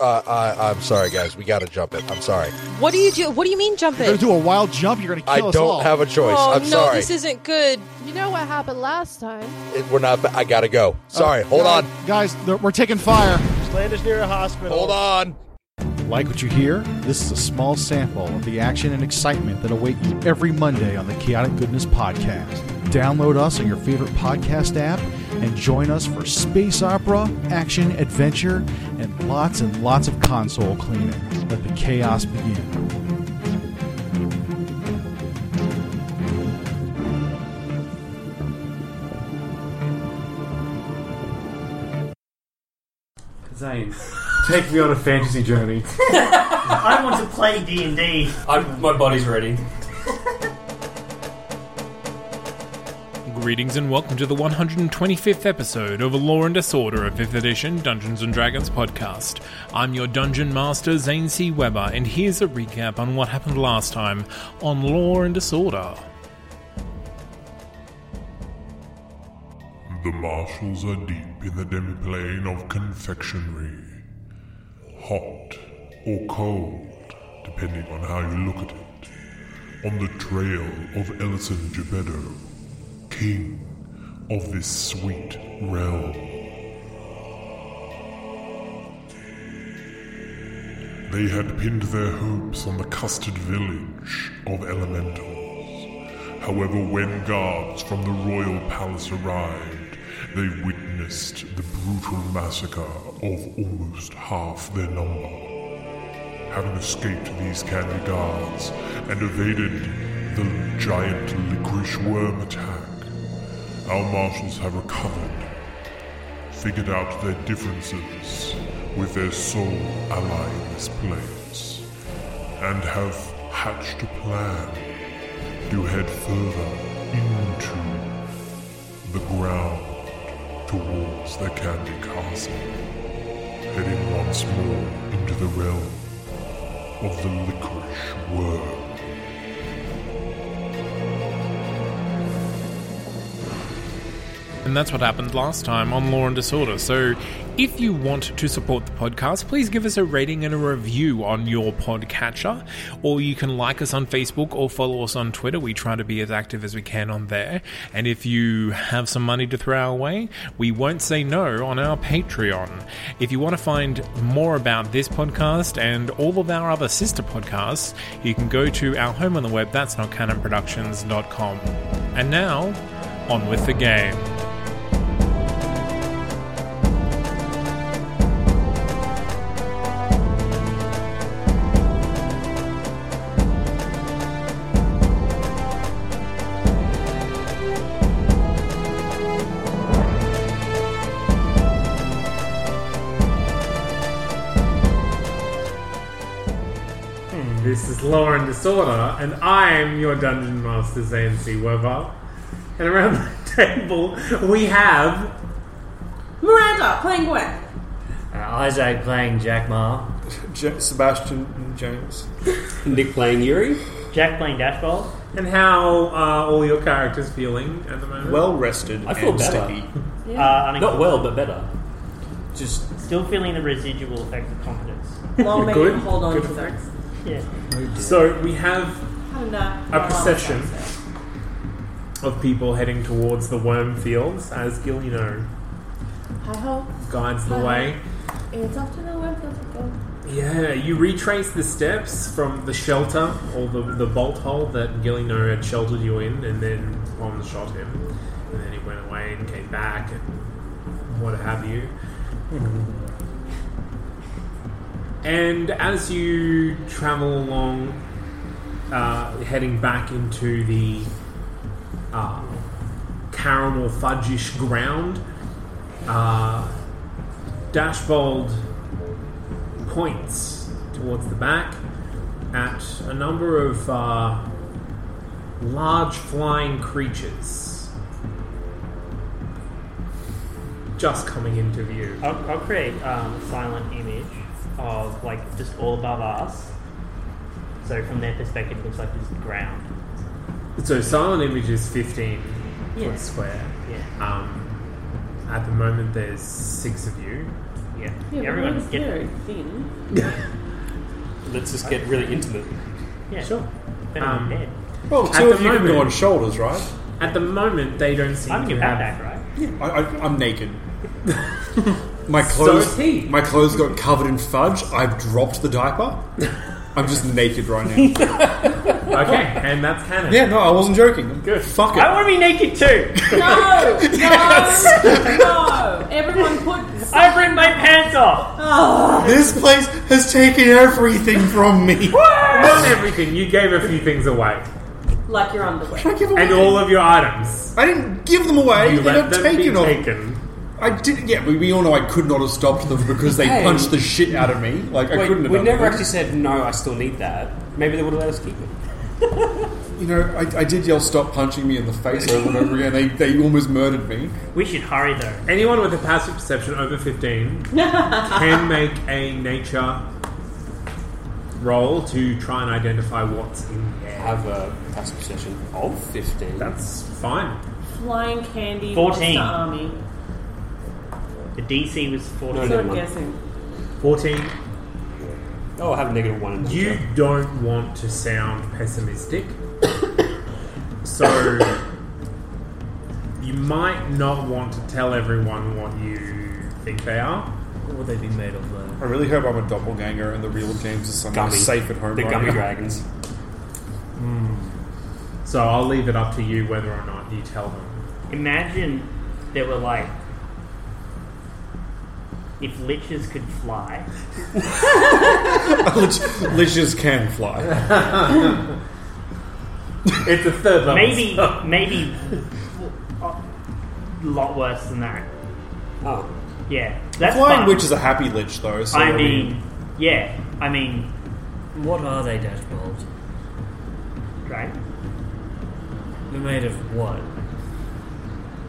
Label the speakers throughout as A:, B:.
A: Uh, I, I'm sorry, guys. We got to jump it. I'm sorry.
B: What do you do? What do you mean jump
C: You're gonna
B: it?
C: do a wild jump. You're gonna
A: I
C: kill us all.
A: don't have a choice.
B: Oh
A: I'm
B: no,
A: sorry.
B: this isn't good.
D: You know what happened last time?
A: It- we're not. I gotta go. Sorry. hold
C: Guys-
A: on.
C: Uh, guys. th- We're taking fire.
E: Land is near a hospital.
A: Hold on.
C: Like what you hear? This is a small sample of the action and excitement that await you every Monday on the Chaotic Goodness Podcast. Download us on your favorite podcast app and join us for space opera, action, adventure, and lots and lots of console cleaning. Let the chaos begin.
F: Zane, take me on a fantasy journey.
E: I want to play D and D.
G: I'm, my body's ready. Greetings and welcome to the 125th episode of Law and Disorder, a 5th edition Dungeons and Dragons podcast. I'm your dungeon master, Zane C. Weber, and here's a recap on what happened last time on Law and Disorder.
H: The marshals are deep in the demiplane of confectionery. Hot or cold, depending on how you look at it. On the trail of Ellison Gebedo, king of this sweet realm. They had pinned their hopes on the custard village of elementals. However, when guards from the royal palace arrived, they witnessed the brutal massacre of almost half their number. Having escaped these candy guards and evaded the giant licorice worm attack, our marshals have recovered, figured out their differences with their sole ally in this place, and have hatched a plan to head further into the ground towards the Candy Castle, heading once more into the realm of the licorice worm.
G: And that's what happened last time on Law and Disorder. So, if you want to support the podcast, please give us a rating and a review on your podcatcher, or you can like us on Facebook or follow us on Twitter. We try to be as active as we can on there. And if you have some money to throw our way, we won't say no on our Patreon. If you want to find more about this podcast and all of our other sister podcasts, you can go to our home on the web, that's not canonproductions.com. And now, on with the game.
F: This is Law and Disorder, and I'm your Dungeon Master, Zane C. Weber. And around the table, we have.
B: Miranda playing Gwen.
E: Uh, Isaac playing Jack Ma.
F: Sebastian James.
G: Nick playing Yuri.
E: Jack playing Dashball.
F: And how are all your characters feeling at the moment? Well rested.
G: I feel and better. sticky.
E: Uh, unex-
G: well, but better.
F: Just
E: Still feeling the residual effects of confidence.
B: Long may
F: good?
B: you hold on
F: Good
B: to that.
E: Yeah.
F: so we have
B: Had enough.
F: a procession of people heading towards the worm fields as Gilino
D: I hope
F: guides the way.
D: it's off to the workers to go.
F: Yeah, you retrace the steps from the shelter or the, the bolt hole that Gilino had sheltered you in, and then one shot him, and then he went away and came back and what have you.
G: And as you travel along, uh, heading back into the uh, caramel fudgish ground, uh, Dashbold points towards the back at a number of uh, large flying creatures just coming into view.
B: I'll, I'll create um, silent image of like just all above us. So from their perspective, it looks like just the ground.
G: So silent image is 15
B: Yeah.
G: foot square.
B: Yeah.
G: Um, at the moment, there's six of you.
B: Yeah.
I: Yeah,
B: Everyone
I: everyone's
B: get
I: very thin.
C: Let's just get really intimate.
B: Yeah.
G: Sure.
B: Better
G: Um,
B: than dead.
C: Well,
G: At
C: two
G: the
C: of you can go
G: moment-
C: on shoulders, right?
G: At the moment, they don't seem
B: I'm in
G: to
B: your
G: have.
B: backpack, right?
C: I, I, I'm naked. My
G: So
C: clothes,
G: is he.
C: my clothes got covered in fudge. I've dropped the diaper. I'm just naked right now.
G: Okay, and that's canon.
C: yeah, no, I wasn't joking. Good. Fuck it.
B: I want to be naked too.
I: No, no, no. Everyone put.
B: I've ripped my pants off.
I: Oh,
C: This place has taken everything from me.
G: Not everything. You gave a few things away,
I: like your underwear.
C: I give away.
G: and all of your items.
C: I didn't give them away.
G: You
C: they
G: let
C: got
G: them be
C: taken off.
G: taken.
C: I did. Yeah, we, we all know I could not have stopped them because they Hey. punched the shit out of me. Like I Wait, couldn't. have we done never that. actually said no. I still need that. Maybe they would have let us keep it. You know, I, I did yell "Stop punching me in the face" over and over again. They, they almost murdered me.
B: We should hurry though.
G: Anyone with a passive perception over 15 can make a nature roll to try and identify what's in there.
C: Have a passive perception of fifteen.
G: That's fine.
I: Flying candy.
B: 14.
I: monster Army.
B: The DC was 14.
I: So I'm guessing.
G: 14.
C: Oh, I have negative one.
G: You don't want to sound pessimistic, so you might not want to tell everyone what you think they are.
C: What would they be made of? I really hope I'm a doppelganger and the real James is somewhere
G: Gummy.
C: safe at home.
G: The
C: right
G: gummy
C: now.
G: dragons. Hmm. So I'll leave it up to you whether or not you tell them.
B: Imagine there were like. If liches could fly,
C: Lich- Liches can fly.
G: It's a third level.
B: maybe, maybe, uh, a lot worse than that.
C: Oh.
B: Yeah, that's
C: Flying
B: fun.
C: witch is a happy lich, though. So
B: I mean, yeah, I mean,
J: What are they, Dashbold?
B: right?
J: They're made of what?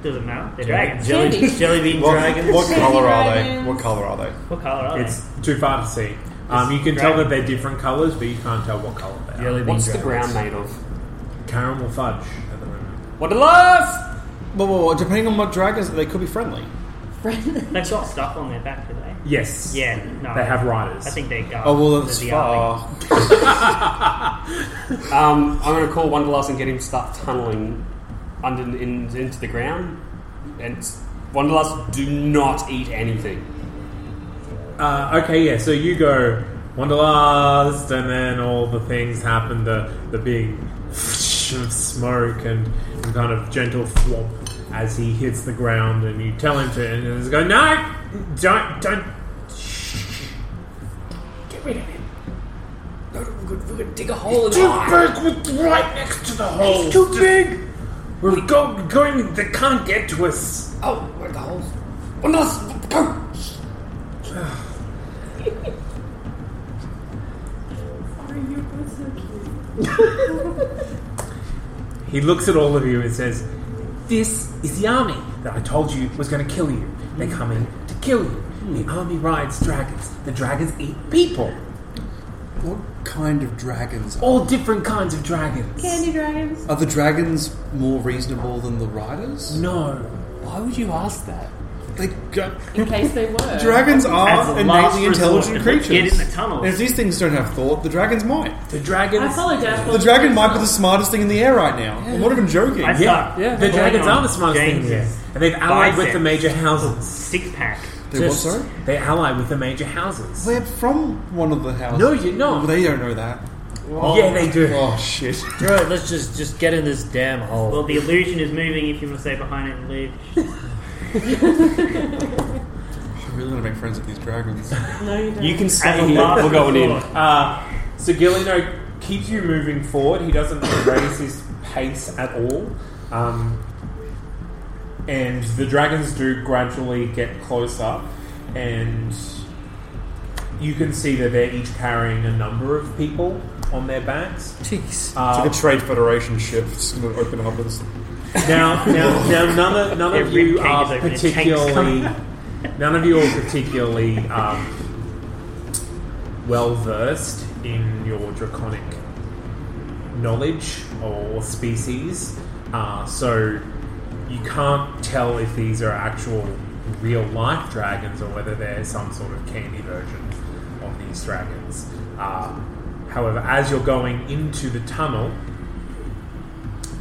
B: Doesn't matter. They're
J: Jelly-
B: dragons.
J: jelly- Candy. jelly bean
C: what,
J: dragons?
C: What
J: Candy
C: color are they?
J: dragons.
C: What color are they?
B: What color are
G: It's too far to see. Um, you can tell
B: dragon.
G: that they're different colours, but you can't tell what colour they are.
J: Jelly bean What's the
C: ground made of?
G: Caramel fudge at the moment.
C: What a laugh! Whoa, whoa, whoa. Depending on what dragons, they could be friendly.
B: they? They've got stuff on their back, do they?
G: Yes.
B: Yeah, no.
G: They have riders.
B: I think they go.
C: Oh, well, that's
B: They're the army.
C: far.
J: Um, I'm going to call Wonderlust and get him to start tunneling under in, into the ground. And Wonderlust, do not eat anything.
G: Uh, okay, yeah. So you go Wanderlust, and then all the things happen. The the big of smoke and, and kind of gentle flop as he hits the ground, and you tell him to, and he's going, "No, don't, don't." Get rid of him.
J: We're going to dig a hole in
G: Too big, we're right next to the hole.
J: It's too
G: big. We're go, going. They can't get to us.
J: Oh, where the holes?
G: Oh,
J: Wonderlust, go!
G: He looks at all of you and says, This is the army that I told you was going to kill you. They're coming to kill you. The
C: Hmm.
G: army rides dragons. The dragons eat people.
C: What kind of dragons?
G: All different kinds of dragons.
I: Candy dragons.
C: Are the dragons more reasonable than the riders?
G: No.
C: Why would you ask that? They go-
I: In case they were.
C: Dragons
B: As a
C: are
B: last
C: innately intelligent
B: resort,
C: creatures.
B: if we get in the tunnel.
C: And if these things don't have thought, the dragons might.
G: The
I: I
G: dragons.
I: follow Dashboard.
C: The dragon might be the smartest thing in the air right now. I'm not even joking.
B: I suck.
G: Yeah, the dragons are the smartest
B: James
G: things. Yeah.
B: is
G: And they've allied with
B: biceps.
G: the major houses.
B: Six pack.
C: They what,
G: Just-
C: sorry?
G: They ally with the major houses.
C: They're from one of the houses.
G: No, you're not.
C: They don't know that.
G: Yeah, they do.
C: Oh shit!
J: Right, let's just just get in this damn hole.
B: Well, the illusion is moving. If you want to stay behind it and leave,
C: I really want to make friends with these dragons.
I: No, you don't.
J: You can stay
G: And
J: here.
G: last
J: We're going in.
G: floor. Uh, so Gilino keeps you moving forward. He doesn't raise his pace at all. Um, and the dragons do gradually get closer. And you can see that they're each carrying a number of people on their backs.
C: Jeez.
G: Uh,
C: it's like a trade federation ship. It's just going to open up with
G: now, now, now, none of none of
C: Every
G: you
C: cake
G: are
C: is open, it's
G: particularly
C: tanks.
G: none of you are particularly um, well versed in your draconic knowledge or species, uh, so you can't tell if these are actual real life dragons or whether they're some sort of candy version of these dragons. Uh, however, as you're going into the tunnel,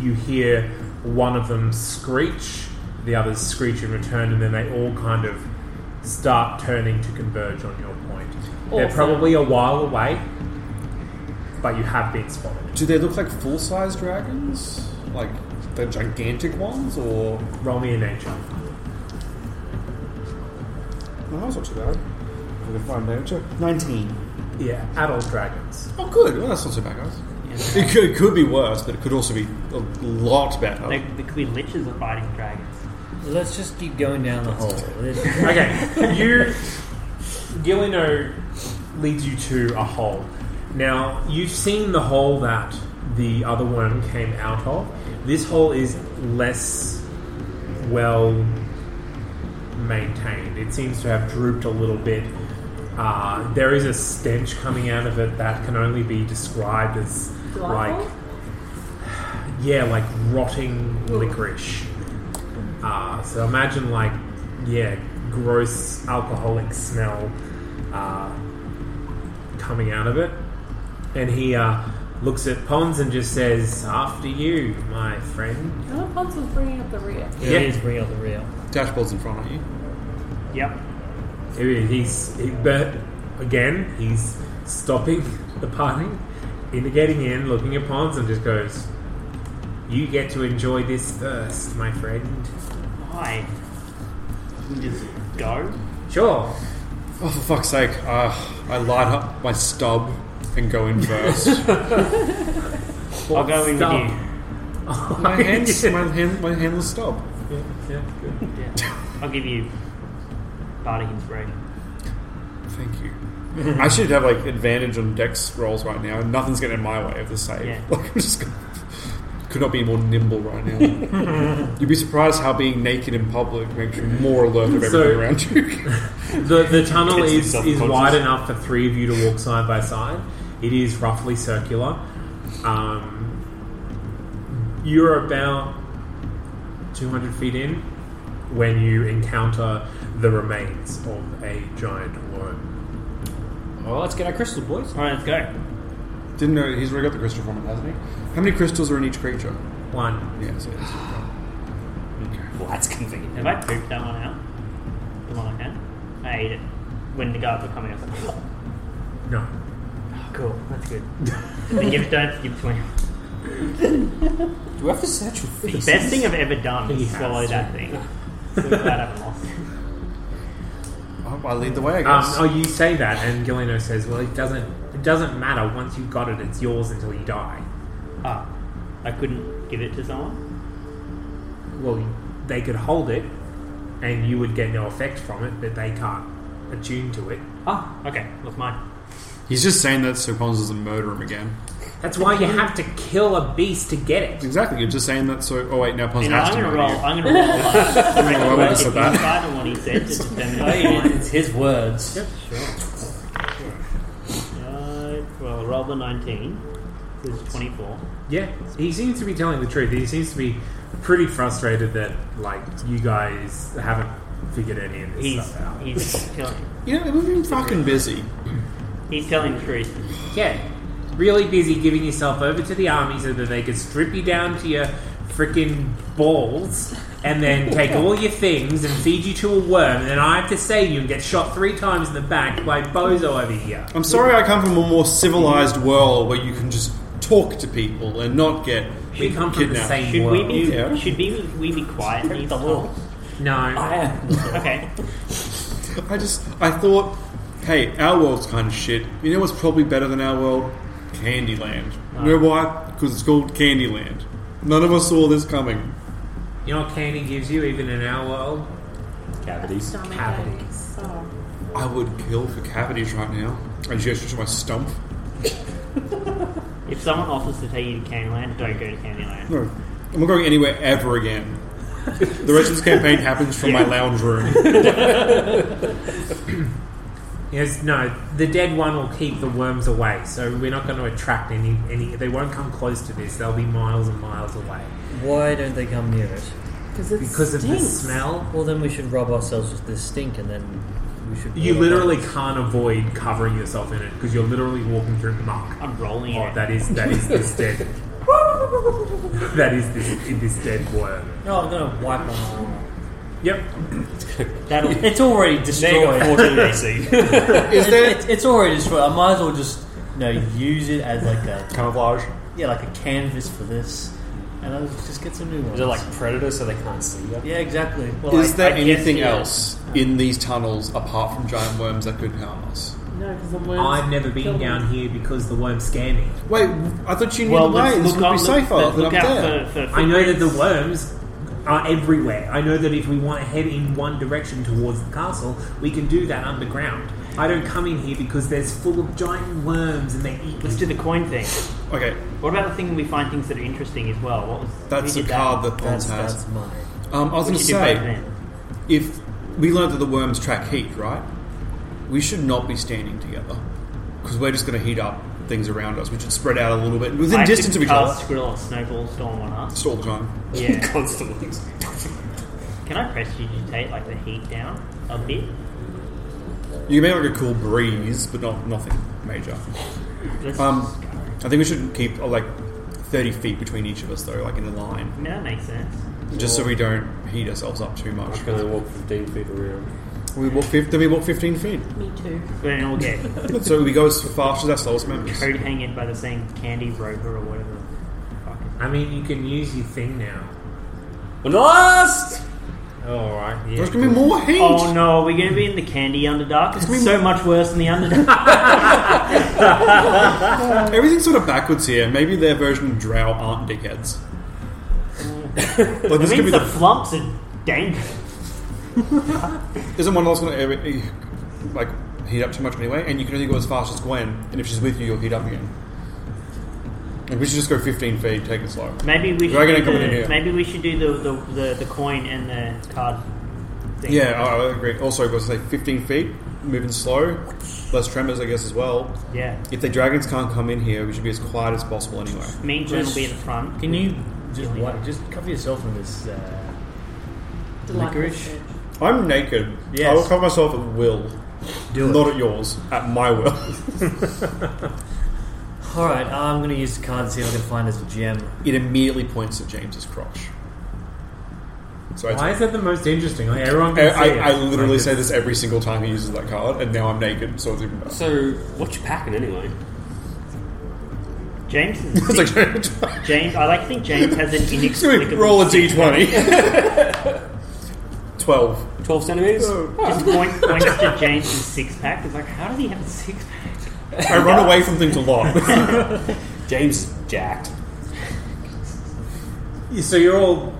G: you hear one of them screech, the others screech in return, and then they all kind of start turning to converge on your point. They're
C: Awesome.
G: probably a while away, but you have been spotted.
C: Do they look like full size dragons? Like the gigantic ones? Or.
G: Roll me a nature.
C: No, that was not too bad. I'm gonna find nature. 19.
G: Yeah, adult dragons.
C: Oh, good. Well, that's not so bad, guys. It, could, it could be worse, but it could also be a lot better.
B: They, they could be liches of biting dragons.
K: Let's just keep going down the hole.
G: okay, you, Gilino leads you to a hole. Now you've seen the hole that the other worm came out of. This hole is less well maintained. It seems to have drooped a little bit. Uh, there is a stench coming out of it that can only be described as like,
I: Delightful?
G: yeah, like rotting licorice. Uh, so imagine like, yeah, gross alcoholic smell uh, coming out of it. And he uh, looks at Pons and just says, "After you, my friend."
I: No, Ponce Oh, was bringing up the rear.
G: Yeah. It is
K: real, the real.
C: Dashboard's in front of you.
B: Yep.
G: He- He's he, but again, he's stopping the party, indicating in, looking at Pons, and just goes, "You get to enjoy this first, my friend."
B: Why? We just go?
G: Sure.
C: Oh, for fuck's sake. Uh, I light up my stub and go in first.
B: I'll go in
C: Stop.
B: with you.
C: my, hands, my, hand, my handless stub.
G: Yeah, yeah, good.
B: Yeah. I'll give you Bardic Inspiration.
C: Thank you. I should have like advantage on dex rolls right now. Nothing's getting in my way of the save.
B: Yeah.
C: Like I'm just gonna, could not be more nimble right now. You'd be surprised how being naked in public makes you more alert of everything
G: So-
C: around you.
G: the the tunnel
C: Gets
G: is,
C: himself
G: is
C: conscious.
G: wide enough for three of you to walk side by side. It is roughly circular. Um, you're about 200 feet in when you encounter the remains of a giant worm.
J: Well, let's get our crystal, boys.
B: All right, let's go.
C: Didn't know he's already got the crystal from it, hasn't he? How many crystals are in each creature?
G: One.
C: Yeah. So it's-
J: Well, that's convenient.
B: Have I pooped that one out? The one I had? I ate it. When the guards were coming, I was like, oh,
G: No.
B: cool, that's good. then give, don't give it to me.
J: Do we have to search for
B: The
J: feces?
B: best thing I've ever done
J: He
B: is
J: has
B: swallow
J: to.
B: that thing. So glad I haven't lost it.
C: I- I lead the way, I
G: Um,
C: guess.
G: oh, you say that, and Galeno says, "Well, it doesn't. It doesn't matter. Once you've got it, it's yours until you die."
B: Ah, I couldn't give it to someone?
G: Well, they could hold it, and you would get no effect from it, but they can't attune to it.
B: Ah, okay, that's mine.
C: He's just saying that so Pons doesn't murder him again.
G: That's why you have to kill a beast to get it.
C: Exactly. You're just saying that so. Oh wait, now Pons
B: You know,
C: has
B: I'm
C: to
B: gonna
C: murder
B: roll.
C: you.
B: I'm gonna roll.
C: I wouldn't have
B: Like, if
C: said
B: you
C: that.
B: decide on what he said, just determine
K: Oh, yeah,
B: mine.
K: it's his words.
G: Yep.
B: Uh, well, roll the 19. This is 24.
G: Yeah, he seems to be telling the truth. He seems to be pretty frustrated that like you guys haven't figured any of this
B: He's
G: stuff out.
B: he's telling
C: You know, we've been fucking busy.
B: he's telling the truth.
G: Yeah, really busy giving yourself over to the army so that they can strip you down to your freaking balls and then take all your things and feed you to a worm and then I have to save you and get shot three times in the back by Bozo over here.
C: I'm sorry I come from a more civilized world where you can just talk to people and not get
G: We come from the
C: kidnapped.
G: same
B: Should we
G: world.
B: be
C: Yeah.
B: should we be, we be quiet these times?
G: No.
B: Okay. I just, I thought, hey, our world's kind of shit. You know what's probably better than our world? Candyland. You know why? Because it's called Candyland. None of us saw this coming.
H: You know what candy gives you, even in our world?
B: Cavities.
L: Stomach
H: Cavity.
L: ache. So.
B: I would kill for cavities right now. I gesture to my stump.
G: If someone offers to take you to Candyland, don't go to Candyland.
B: No, I'm not going anywhere ever again. The rest of this campaign happens from my
G: Yeah.
B: lounge room.
H: Yes, no. The dead one will keep the worms away, so we're not going to attract any. Any, they won't come close to this. They'll be miles and miles away.
C: Why don't they come near it?
L: 'Cause it
H: Because of the stinks.
C: smell. Well, then we should rub ourselves with this stink, and then we should.
H: You literally can't avoid covering yourself in it because you're literally walking through muck. I'm rolling oh,
G: it.
H: That is that is this dead. that is this this dead worm.
C: No, Oh, I'm gonna wipe my arm.
H: Yep.
C: That'll, it's already destroyed.
M: 14 AC.
C: it's, it's, it's already destroyed. I might as well just you know, use it as like a
B: camouflage.
C: Yeah, like a canvas for this, and I'll just get some new ones.
M: They're like predators, so they can't see you.
C: Yeah, exactly. Well,
B: Is
C: I-
B: there
C: I guess
B: anything
C: it is.
B: else in these tunnels apart from giant worms that could harm us?
L: No, because the worms.
H: I've never
L: kill
H: been
L: them.
H: down here because the worms scare me.
B: Wait, I thought you knew
H: Well,
B: the way.
H: let's
B: This
H: look
B: would
H: up-
B: be safer
H: let's
B: than up
H: look out
B: there.
H: for- for- I know that the worms are everywhere. I know that if we want to head in one direction towards the castle, we can do that underground. I don't come in here because there's full of giant worms and they eat.
G: Let's do the coin thing.
B: Okay.
G: What about the thing when we find things that are interesting as well? What was
B: That's
G: who
B: the
G: did
B: card that Thorns
G: That's-
B: has.
G: that's mine.
B: Um, I was
G: We
B: going to
G: should do both
B: say,
G: then.
B: if we learned that the worms track heat, right? We should not be standing together because we're just going to heat up things around us. We should spread out a little bit within
G: I
B: distance of
G: could
B: each other.
G: cast Grill on Snowball Storm on us.
B: Just all the time.
G: Yeah.
M: Constantly.
G: Can I press you to take like the heat down a bit?
B: You may like a cool breeze, but not nothing major.
G: Let's
B: Um, I think we should keep uh, like thirty feet between each of us, though, like in a line,
G: No, that makes sense.
B: just so we don't heat ourselves up too
H: Oh,
B: much.
M: I'm gonna walk 15 feet around.
B: We walk fif- then we walk fifteen feet.
L: Me too.
G: Then we'll get
B: so we go as fast as our souls members.
G: code hanging by the same candy rover or whatever.
H: I mean, you can use your thing now. Oh,
M: Last!
H: Alright, yeah.
B: There's gonna be more heat.
G: Oh no, we're gonna be in the candy underdark. It's, so much worse than the underdark.
B: Everything's sort of backwards here. Maybe their version of drow aren't dickheads. like
G: It
B: this could
G: means
B: be
G: the
B: the
G: flumps are dangerous.
B: isn't one of us gonna ever, eh, like heat up too much anyway, and you can only go as fast as Gwen, and if she's with you, you'll heat up again. Like we should just go fifteen feet, take it slow.
G: Maybe we
B: We're not
G: should
B: gonna
G: do
B: come in
G: the,
B: here.
G: maybe we should do the, the, the, the coin and the card thing.
B: Yeah, I I agree. Also, it was like 15 feet, moving slow, less tremors, I guess, as well.
G: Yeah.
B: If the dragons can't come in here, we should be as quiet as possible anyway.
G: Mean Glen will be at the front.
C: Can you just wipe, just cover yourself in this
H: Oh,
C: uh, licorice?
B: I'm naked.
C: Yes.
B: I will cover myself at will.
C: Do it.
B: Not at yours, at my will.
C: All right, I'm gonna use the card to see if I can find this gem.
B: it immediately points at James's crotch. So I-
H: Why is that the most interesting? Like, everyone
B: Eh, I,
H: can see it.
B: I, I literally
H: Like,
B: say this every single time he uses that card, and now I'm naked, so it's even better.
M: So, what you packing anyway?
G: James is a
B: It's
G: sick- James I like to think James has an inexplicable
B: Roll a
G: sick
B: d20. 12.
M: 12 centimeters?
G: Just point, points to James' six pack. It's like, how does he have a six pack?
B: I run away from things a lot.
M: James is jacked.
H: You- So you're all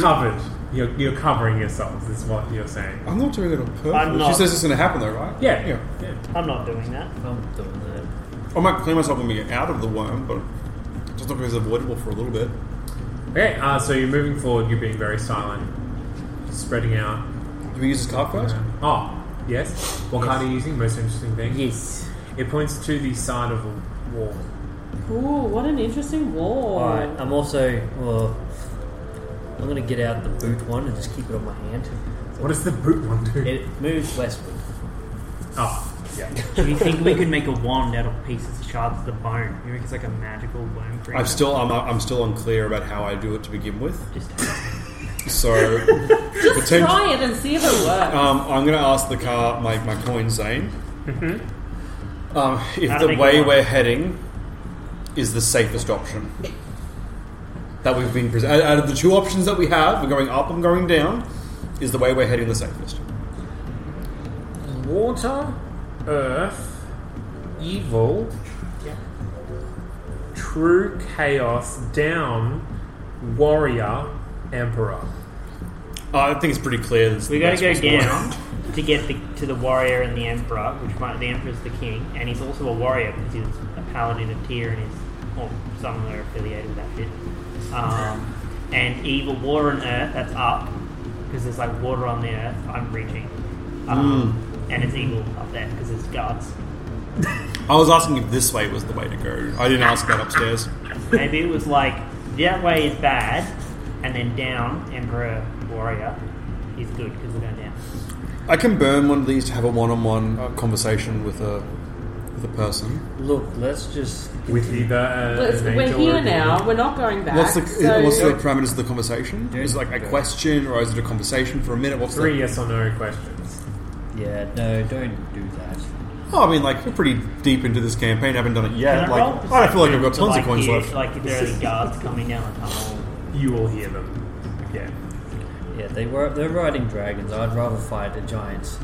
H: covered. You're, you're covering yourselves, is what you're saying.
B: I'm not doing it on purpose.
G: I'm not.
B: She says it's going to happen, though, right?
H: Yeah.
B: yeah.
G: I'm not doing that.
C: I'm
H: Um,
C: doing that.
B: I might clean myself when we get out of the worm, but it's not because it's avoidable for a little bit.
H: Okay, uh, so you're moving forward, you're being very silent, spreading out.
B: Do we use this card first?
H: Oh, yes. What card are you using? Most interesting thing? Yes. It points to the side of a wall.
L: Ooh, what an interesting wall.
C: All right, I'm also well. I'm gonna get out the boot one and just keep it on my hand.
H: What does the boot one do?
C: It moves westward.
H: Oh, yeah.
G: Do you think we could make a wand out of pieces, shards of the bone? You think it's like a magical worm creature?
B: I'm still I'm, I'm still unclear about how I do it to begin with.
G: Just
B: So
L: Just
B: potent-
L: try it and see if it works.
B: um, I'm going to ask the car my my coin Zane um, if
G: How to
B: the
G: make it
B: way
G: work.
B: we're heading is the safest option that we've been presented. Out of the two options that we have, we're going up and going down. Is the way we're heading the safest?
G: water, earth, evil, true chaos, down, warrior, emperor.
C: Oh, I think it's pretty clear. That's
B: We gotta go down to get the, to the warrior and the emperor, which might, the emperor's the king, and he's also a warrior because he's a paladin of Tyr and he's or somewhere affiliated with that shit. Um, and evil war on earth, that's up because there's like water on the earth. I'm reaching, um, and it's evil up there because it's gods.
C: I was asking if this way was the way to go. I didn't ask that upstairs.
B: Maybe it was like that way is bad, and then down emperor warrior is good because we're going down.
C: I can burn one of these to have a one-on-one uh, conversation with a with a person.
K: Look, let's just
G: with either.
I: Let's- we're here now. We're not going back.
C: What's the
I: so-
C: what's the parameters of the conversation? Is it like a question or is it a conversation for a minute? What's
G: Three
C: the,
G: yes or no questions.
K: Yeah, no, don't do that.
C: Oh, I mean, like we're pretty deep into this campaign. haven't done it yet.
B: Can I
C: like
B: roll
C: I don't feel like I've got
B: perception to,
C: tons
B: like,
C: of coins
B: hear-
C: left.
B: Like if there are guards coming down the tunnel.
G: You will hear them. Yeah.
K: Yeah, they were they're riding dragons. I'd rather fight a giant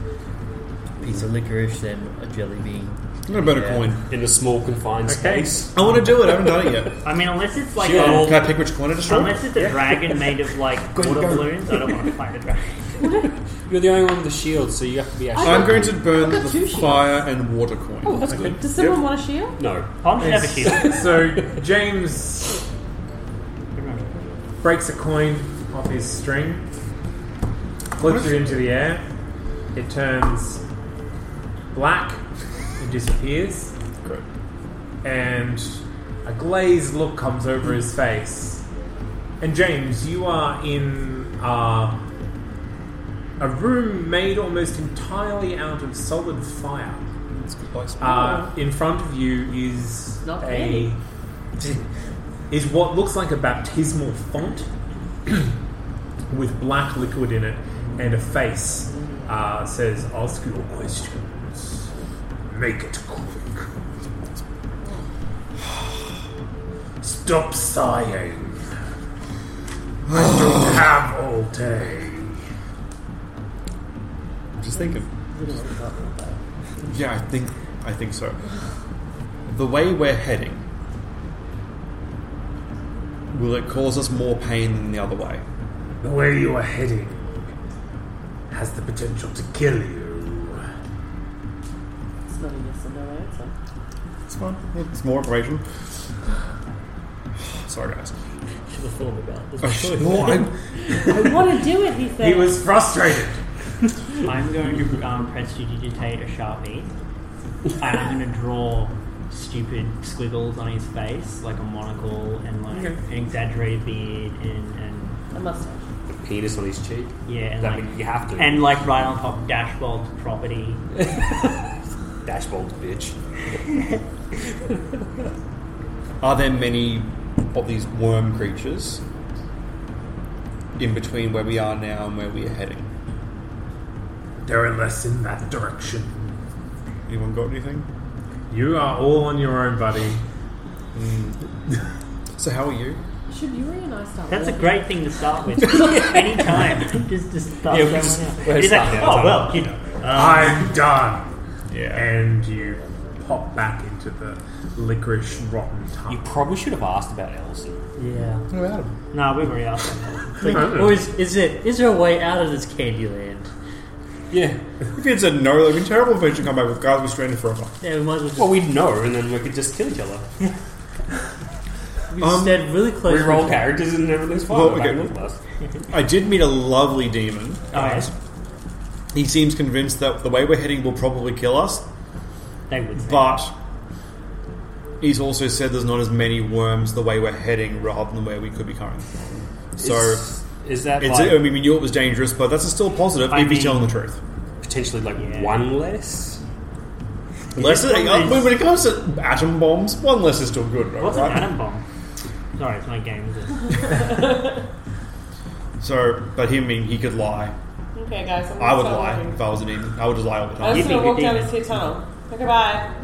K: piece of licorice than a jelly bean.
C: I'm gonna burn
K: Yeah.
C: a coin in a small confined
K: Okay.
C: space. I want to do it. I haven't done it yet.
B: I mean, unless it's like
C: Sure.
B: a,
C: Can I pick which coin I destroy?
B: Unless it's a
C: Yeah.
B: dragon made of like
C: Go,
B: water
C: go.
B: balloons, I don't want to fight a dragon.
J: You're the only one with a shield, so you have to be actually.
C: I'm going to burn
I: got two
C: the
I: shields.
C: fire and water coin.
I: Oh, that's good. Does someone want a shield?
C: No.
B: Palm should have a shield.
G: so James breaks a coin off his string, flips it into the air. It turns black and disappears. And a glazed look comes over his face. And James, you are in uh, a room made almost entirely out of solid fire.
C: That's a good place.
G: Uh, in front of you is
I: Not
G: a is what looks like a baptismal font with black liquid in it, and a face uh, says, "Ask your questions. Make it quick. Stop sighing. I don't have all day."
C: I'm just thinking. Yeah, I think I think so. The way we're heading, will it cause us more pain than the other way?
G: The way you are heading has the potential to kill you.
I: It's not a yes or no answer.
C: It's fine. It's more information. Sorry, guys.
K: Should have thought about this.
C: No, I'm-
I: Oh, I want to do it, he said.
G: He was frustrated.
B: I'm going to um, prestidigitate a sharpie, and I'm going to draw stupid squiggles on his face, like a monocle and like
I: Okay.
B: an exaggerated beard and, and
I: A mustache.
J: penis on his cheek.
B: yeah, and
J: That
B: like
J: mean- you have to.
B: and like right on top Dashbold's property.
J: Dashbold, bitch.
C: Are there many of these worm creatures in between where we are now and where we are heading?
G: There are less in that direction.
C: Anyone got anything?
G: You are all on your own, buddy.
C: So how are you?
I: Should Yuri and I start
B: That's a
I: walking?
B: great thing to start with. Anytime, just just start
J: Yeah, we
B: throwing
J: just-
B: out.
J: we're
B: He's like,
J: starting
B: oh
J: out.
B: well, you know,
G: I'm
B: Um,
G: done.
C: Yeah.
G: uh, And you pop back into the licorice rotten
J: You
G: tongue.
J: probably should have asked about Ellison.
B: yeah.
C: What about him?
B: No, we've already asked. that.
K: or is, is it is there a way out of this candy land?
J: Yeah.
C: If you'd said no, it'd be terrible if you come back with guys we're stranded forever.
K: Yeah, we might as well just
J: Well, we'd know, and then we could just kill each other.
K: we stand really
J: We
K: close.
J: roll
K: to-
J: characters and everything's fine.
C: Well,
J: We're back
C: okay.
J: in the class.
C: I did meet a lovely demon.
B: Oh, yeah.
C: He seems convinced that the way we're heading will probably kill us,
B: They would. Say.
C: but he's also said there's not as many worms the way we're heading rather than where we could be going. So
J: Is- is that
C: it's,
J: like
C: I mean, we knew it was dangerous, but that's still positive
B: I
C: if he's
B: mean-
C: telling the truth.
J: potentially like
B: Yeah.
J: one less?
C: Less,
B: one
C: uh,
B: is-
C: when it comes to atom bombs, one less is still good, right?
B: What's an atom bomb? Sorry, it's my game. Is it?
C: So, but him, I mean, he could lie.
I: Okay, guys. I'm gonna
C: I would
I: start
C: lie
I: walking.
C: if I was an demon. I would just lie all the
I: I'm
C: time.
I: just
B: You'd
I: going
B: be
I: to
B: a
I: walk down
B: demon.
I: this here tunnel. Okay, bye.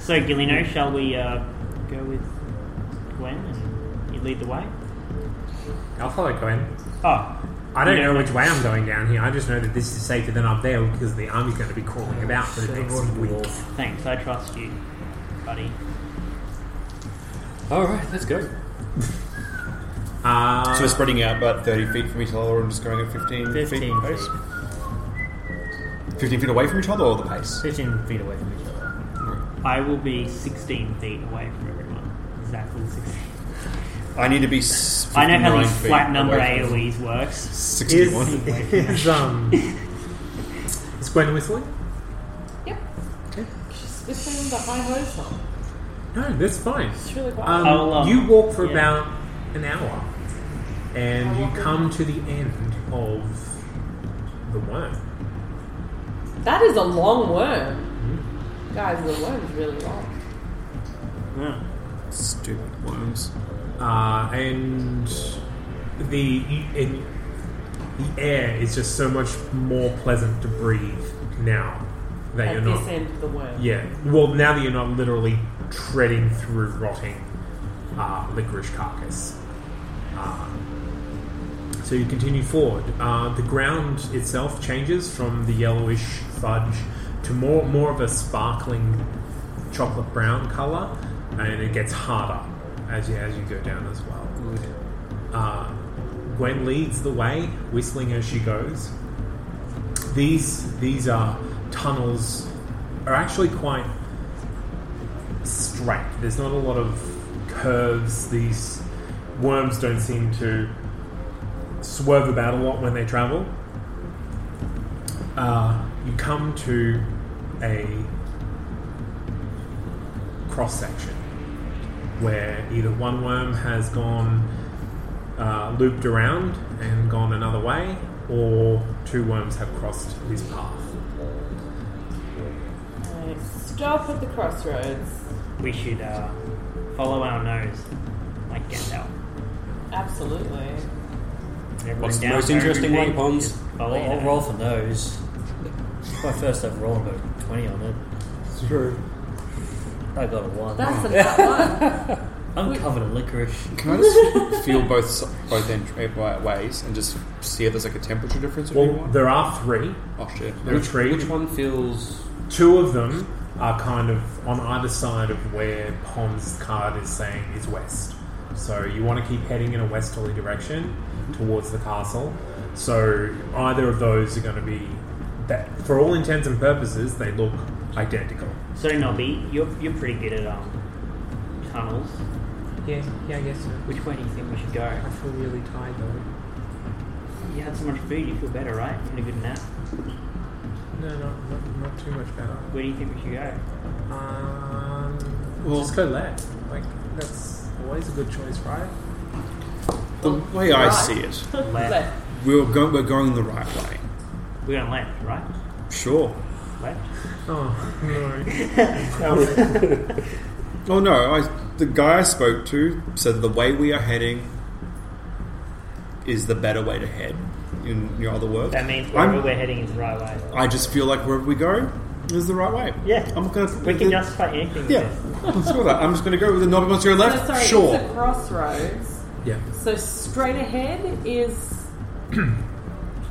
B: So, Gilino, shall we uh, go with Gwen and you lead the way?
G: I'll follow Gwen.
B: Oh,
G: I don't
B: You
G: know
B: know-
G: which way I'm going down here. I just know that this is safer than up there because the army's going to be crawling about for the next week.
B: Thanks, I trust you, buddy.
J: All right, let's go.
G: Uh,
C: so we're spreading out about 30 feet from each other and just going at 15,
K: 15
C: feet pace?
K: feet.
C: 15 feet away from each other or the pace?
K: 15 feet away from each other.
B: I will be 16 feet away from everyone. Exactly 16.
C: I need to be. s-
B: I know how
C: 59
B: these
C: feet
B: flat number
C: away from-
B: AoEs works.
C: 61.
G: Is, is, um, is Gwen whistling?
I: She's listening to the high ho song.
G: No, that's fine.
I: It's really quiet.
G: Um,
I: I'll, um,
G: you walk for
I: yeah.
G: about an hour, and
I: I'll walk
G: you come to the end of the worm.
I: That is a long worm. Guys, the worm is really long.
G: Stupid worms. Uh, and the you- and the air is just so much more pleasant to breathe now that
I: At
G: you're not.
I: this end of the worm.
G: Yeah. Well, now that you're not literally treading through rotting uh, licorice carcass. Uh, so you continue forward. Uh, the ground itself changes from the yellowish fudge to more more of a sparkling chocolate brown color, and it gets harder as you as you go down as well. Uh, Gwen leads the way, whistling as she goes. These these uh, tunnels are actually quite straight. There's not a lot of curves. These worms don't seem to swerve about a lot when they travel. Uh, you come to a cross section where either one worm has gone uh, looped around and gone another way, or two worms have crossed this path.
I: Alright, Stop at the crossroads.
B: We should uh, follow our nose, like Gandalf.
I: Absolutely.
B: Everyone
J: What's the
B: down
J: most
B: there,
J: interesting
B: everything,
J: one, Pons?
B: just
K: I'll,
B: follow your
K: I'll
B: nose.
K: roll for nose. My first I've rolled a 20 on it. True. I got a 1.
I: That's a bad one.
K: I'm covered in licorice.
C: Can I just feel both s- both end, eh, ways and just see if there's like a temperature difference?
G: Well,
C: or anyone?
G: there are three.
C: Oh shit!
G: There are three. Which
C: one feels?
G: Two of them are kind of on either side of where Pom's card is saying is west. So you want to keep heading in a westerly direction towards the castle. So either of those are going to be that, for all intents and purposes, they look identical.
B: So Nobby, you're you're pretty good at um tunnels.
N: Yeah, yeah, I guess so.
B: Which way do you think we should go?
N: I feel really tired though.
B: You had so much food, you feel better, right? You had a good nap.
G: No, not, not, not too much better.
B: Where do you think we should go?
G: Um, just go left. Like that's always a good choice, right?
C: The way I
G: Right.
C: see it,
B: Left.
C: we're go- we're going the right way.
B: We're going left, right?
C: Sure.
B: Left.
G: Oh
B: no.
C: Oh no! I, the guy I spoke to said the way we are heading is the better way to head. In your other words,
B: that means wherever
C: I'm-
B: we're heading is the right way.
C: I just feel like wherever we go is the right way.
B: Yeah.
C: I'm gonna.
B: We can justify anything. with
C: Yeah.
B: this.
C: Let's go with that. I'm just gonna go with the knobby wants to go left.
I: So Oh, sorry,
C: sure.
I: it's a crossroads.
G: Yeah.
I: So straight ahead is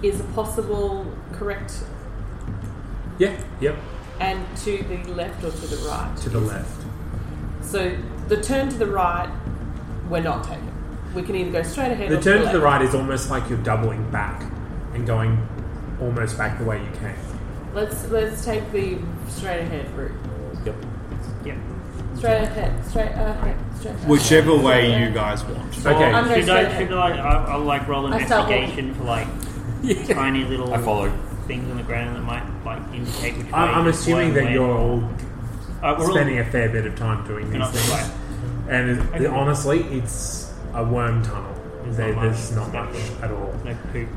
I: is a possible correct
G: Yeah. Yep.
I: and to the left or to the right.
G: To the left.
I: So the turn to the right, we're not taking. We can either go straight ahead.
G: The
I: or
G: turn to the
I: left.
G: right is almost like you're doubling back and going almost back the way you came.
I: Let's let's take the straight ahead route.
G: Yep.
B: Yep.
I: Straight ahead. Straight ahead. Straight ahead.
C: Whichever way you guys want.
B: Or
I: I'm going
B: Should
I: straight
B: I,
I: ahead.
B: should I, I'll, I'll like roll an
I: I start
B: investigation for like tiny little
C: I follow.
B: things on the ground that might like indicate which way.
G: I- I'm
B: is
G: assuming
B: where
G: that
B: and
G: you're
B: where.
G: all
B: Uh, we're all-
G: spending a fair bit of time doing
B: We're
G: these
B: not
G: things,
B: right.
G: and it,
B: Okay.
G: honestly, it's a worm tunnel.
B: There's
G: There-
B: not
G: there's
B: much.
G: not much at all.
B: No poop.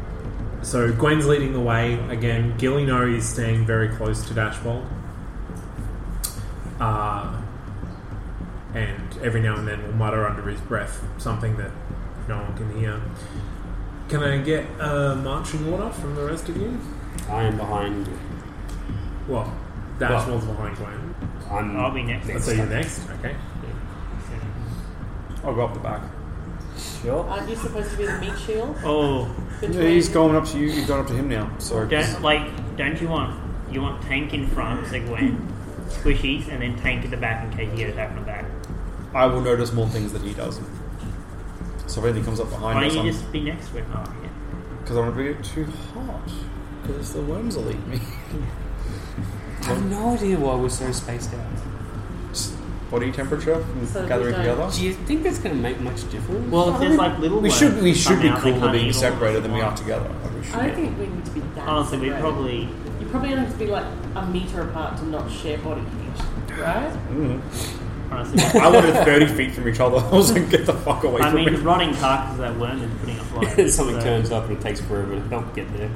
G: So Gwen's leading the way again. Gillino is staying very close to Dashbold. Uh, and every now and then will mutter under his breath something that no one can hear. Can I get a marching order from the rest of you?
J: I am behind.
G: Well, Dashbold's behind Gwen.
J: I'm
B: I'll be next.
G: So you're next? Okay.
C: I'll go up the back.
K: Sure.
I: Aren't you supposed to be the meat shield?
B: Oh.
I: Between-
C: he's going up to you. You've gone up to him now. Sorry.
B: Don't like. Don't you want? You want tank in front, Segway, squishies, and then tank at the back in case he gets attacked from the back.
C: I will notice more things that he doesn't. So if anything comes up behind
B: Why
C: us,
B: don't
C: I'm
B: you just be next to him? Oh, yeah.
C: Because I want to be too hot. Because the worms will eat me.
J: I have no idea why we're so spaced out.
C: Body temperature and gathering together.
J: Do you think that's going to make much difference?
C: I mean, we should we should be cooler being separated than we are together. Like, we should
I: I don't
C: be.
I: think we need to be that.
B: Honestly, we
I: separated.
B: probably.
I: You probably don't have to be like a meter apart to not share body heat, right?
B: Honestly,
C: I wanted thirty feet from each other. I was like, get the fuck away
B: I
C: from
B: mean,
C: me.
B: rotting carcass of that worm is putting up light.
J: Something
B: so-
J: turns up and it takes forever to help get there.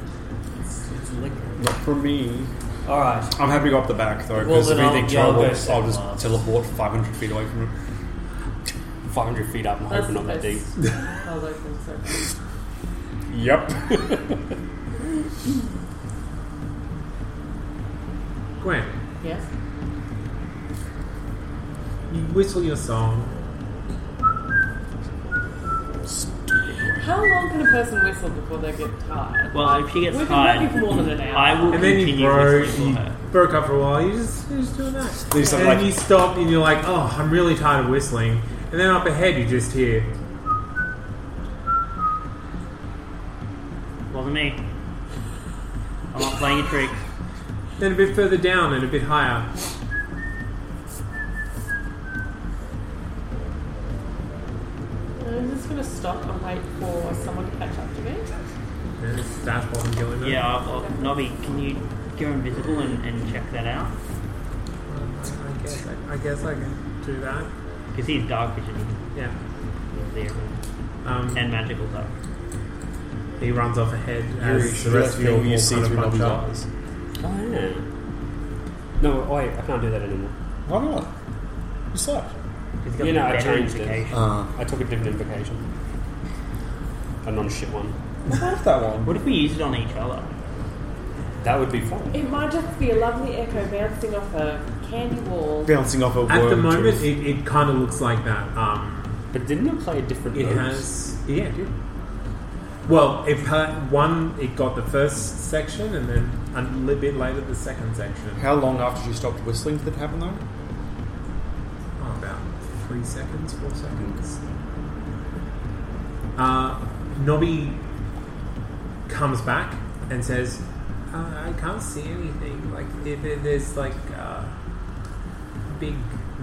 B: It's, it's liquor.
C: Not for me.
J: All right.
C: I'm happy to go up the back though,
J: Well,
C: because
J: then
C: if anything
J: I'll- yeah, I'll go
C: troubles, I'll
J: second
C: just
J: last.
C: teleport 500 feet away from it.
J: 500 feet up and
I: That's
J: hoping not that deep.
I: the best. I'll open so.
C: Yep.
G: Gwen,
I: Yes.
G: you whistle your song.
I: How long can a person whistle before they get tired?
B: Well, if she gets
I: We've
B: tired,
I: been working for more than an hour.
B: I will
G: And then you
B: continue
G: broke,
B: whistling
G: you
B: for her.
G: broke up for a while. You just, you just doing that.
C: There's
G: and
C: something
G: then
C: like-
G: you stop and you're like, oh, I'm really tired of whistling. And then up ahead, you just hear.
B: Wasn't me. I'm not playing a trick.
G: Then a bit further down and a bit higher.
I: I'm just gonna stop and wait for someone to catch up to me.
G: And it's Dash Bob and Gilliman.
B: Yeah, I'll, I'll, Nobby, can you go invisible and, and check that out?
G: I guess I, I guess I can do that.
B: Because he's dark vision.
G: Yeah.
B: He's there.
G: Um,
B: and magical dark.
G: He runs off ahead
C: You
G: as
C: should
G: the rest of you
C: let
G: all
C: me- you
G: kind
C: see
G: of
C: through
G: bunch
C: Nobby's
G: up.
C: eyes.
J: Oh, yeah. No, wait, I can't do that anymore.
C: Why not? You suck.
B: He's got
J: You know,
B: the
J: I
B: better
J: changed it.
B: invocation.
C: Uh.
J: I took a different invocation. A non shit one.
C: I love that one.
B: What if we used it on each other?
J: That would be fun.
I: It might just be a lovely echo bouncing off a candy wall.
C: Bouncing off a
G: At the
C: worm
G: moment,
C: tooth.
G: it, it kind of looks like that. Um,
J: But didn't it play a different
G: it
J: note?
G: has, yeah, it did. Well, it had one. It got the first section, and then a little bit later the second section.
C: How long after she stopped whistling did it happen though?
G: Oh, about three seconds, four seconds. Uh, Nobby comes back and says, uh, "I can't see anything. Like if it- there's like uh, big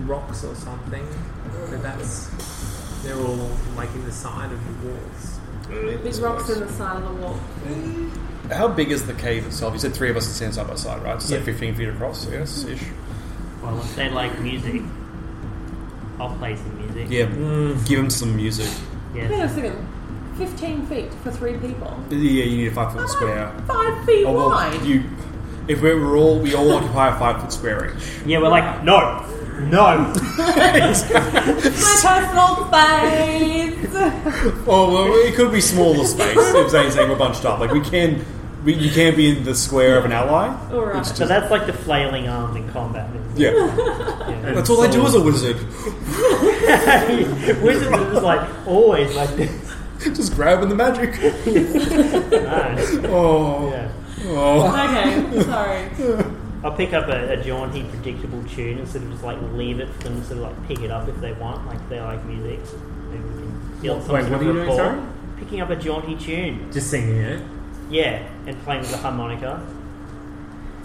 G: rocks or something, but that's they're all like in the side of the walls.
I: These rocks in the side of the wall.
C: How big is the cave itself? You said three of us can stand side by side, right? It's
G: Yeah.
C: like 15 feet across, yes, ish.
B: Well, if they like music, I'll play some music.
C: Yeah, give him some music.
I: Wait a
B: Yes.
I: second. Fifteen feet for three people.
C: Yeah, you need a five foot square.
I: Five feet
C: Oh,
I: wide.
C: well, you. If we were all, we all occupy a five foot square each.
B: Yeah, we're like, no, no.
I: My personal space.
C: Oh well, it could be smaller space. if Zane's saying we're bunched up, like we can, we, you can be in the square of an ally.
I: All right.
B: so that's like the flailing arms in combat. isn't
C: Yeah, that's all I do as a wizard.
B: it? Wizard was like always like this.
C: Just grabbing the magic.
B: Nice.
C: Oh,
B: Yeah.
C: oh.
I: Okay. Sorry.
B: I'll pick up a, a jaunty, predictable tune and sort of just like leave it for them to sort of like pick it up if they want, like they like music. Maybe we can build some
G: Wait,
B: sort of
G: what are you doing,
B: rapport.
G: sorry?
B: Picking up a jaunty tune.
G: Just singing it.
B: Yeah, and playing with the harmonica.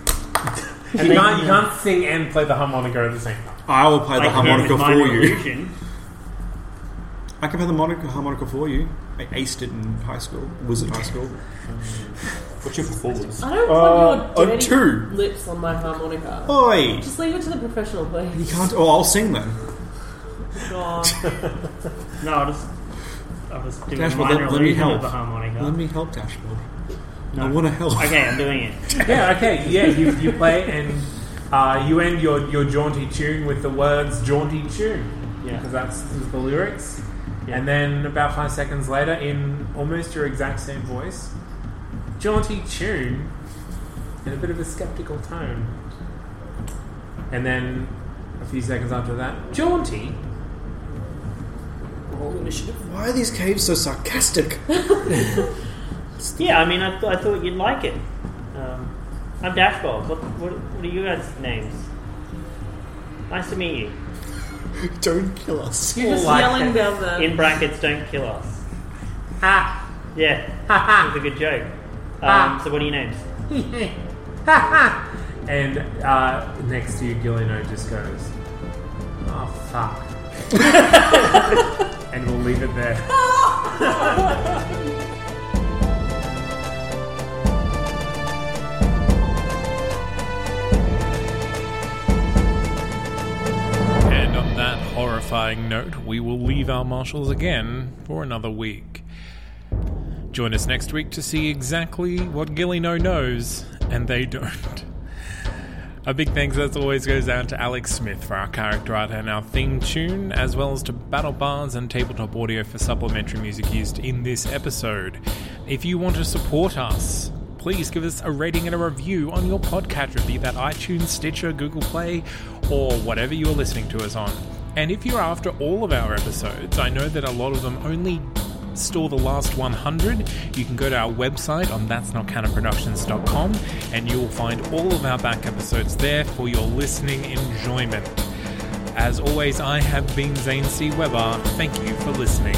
G: You
B: then-
G: can't, you can't sing and play the harmonica at the same time.
C: I will play the
B: Like,
C: harmonica
B: with my
C: for you.
B: illusion.
C: I can play the monica, harmonica for you. I aced it in high school. Was it high school?
J: What's your performance?
I: I don't
C: Uh,
I: want
C: a
I: your dirty
C: two.
I: lips on my harmonica.
C: Oi!
I: Just leave it to the professional,
C: You
I: please.
C: can't. Oh, I'll sing then.
I: God.
B: No, I'll just, I'll just do a
C: Dashboard,
B: minor
C: let, let me
B: illusion
C: help.
B: of the harmonica.
C: Let me help, Dashboard.
B: No.
C: I want to help.
B: Uh-huh. Okay, I'm doing it.
G: Yeah, okay, yeah, you, you play and uh, you end your, your jaunty tune with the words jaunty tune.
B: Yeah.
G: Because that's the lyrics.
B: Yeah.
G: And then about five seconds later, in almost your exact same voice, jaunty tune in a bit of a skeptical tone. And then a few seconds after that, jaunty
O: roll initiative.
C: Why are these caves so sarcastic?
P: Yeah, I mean, I, th- I thought you'd like it. Um, I'm Dashbold. What, what, what are you guys' names? Nice to meet you.
C: Don't kill us.
P: All like that. In brackets, don't kill us.
O: Ha!
P: Yeah,
O: Ha ha!
P: that was a good joke. Um,
O: Ah.
P: so, what are your names?
O: ha!
H: And uh, next to you, Gilino just goes, oh, fuck. and we'll leave it there.
G: And on that horrifying note, we will leave our marshals again for another week. Join us next week to see exactly what Gilly No knows and they don't. A big thanks, as always, goes out to Alex Smith for our character art and our theme tune, as well as to Battle Bars and Tabletop Audio for supplementary music used in this episode. If you want to support us, please give us a rating and a review on your podcatcher, be that iTunes, Stitcher, Google Play, or whatever you are listening to us on. And if you're after all of our episodes, I know that a lot of them only store the last 100 you can go to our website on that's not canonproductions.com and you will find all of our back episodes there for your listening enjoyment as always i have been zane c weber thank you for listening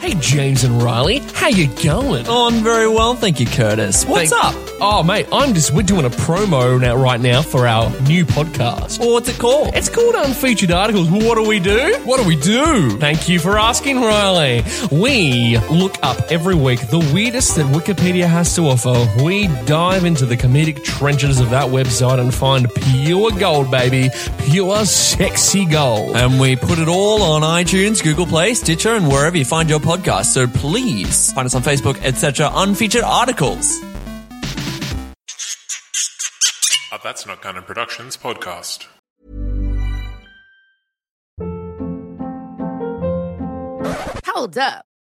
Q: Hey, James and Riley, how you going? Oh, I'm very well, thank you, Curtis.
R: What's up?
Q: Oh, mate, I'm just we're doing a promo now, right now for our new podcast. Well, what's it called? It's called Unfeatured Articles. Well, what do we do? What do we do? Thank you for asking, Riley. We look up every week the weirdest that Wikipedia has to offer. We dive into the comedic trenches of that website and find pure gold, baby, pure sexy gold.
R: And we put it all on iTunes, Google Play, Stitcher, and wherever you find your podcast. So please find us on Facebook, etc. Unfeatured articles.
S: A Uh, That's Not Canon Productions podcast.
B: Hold up.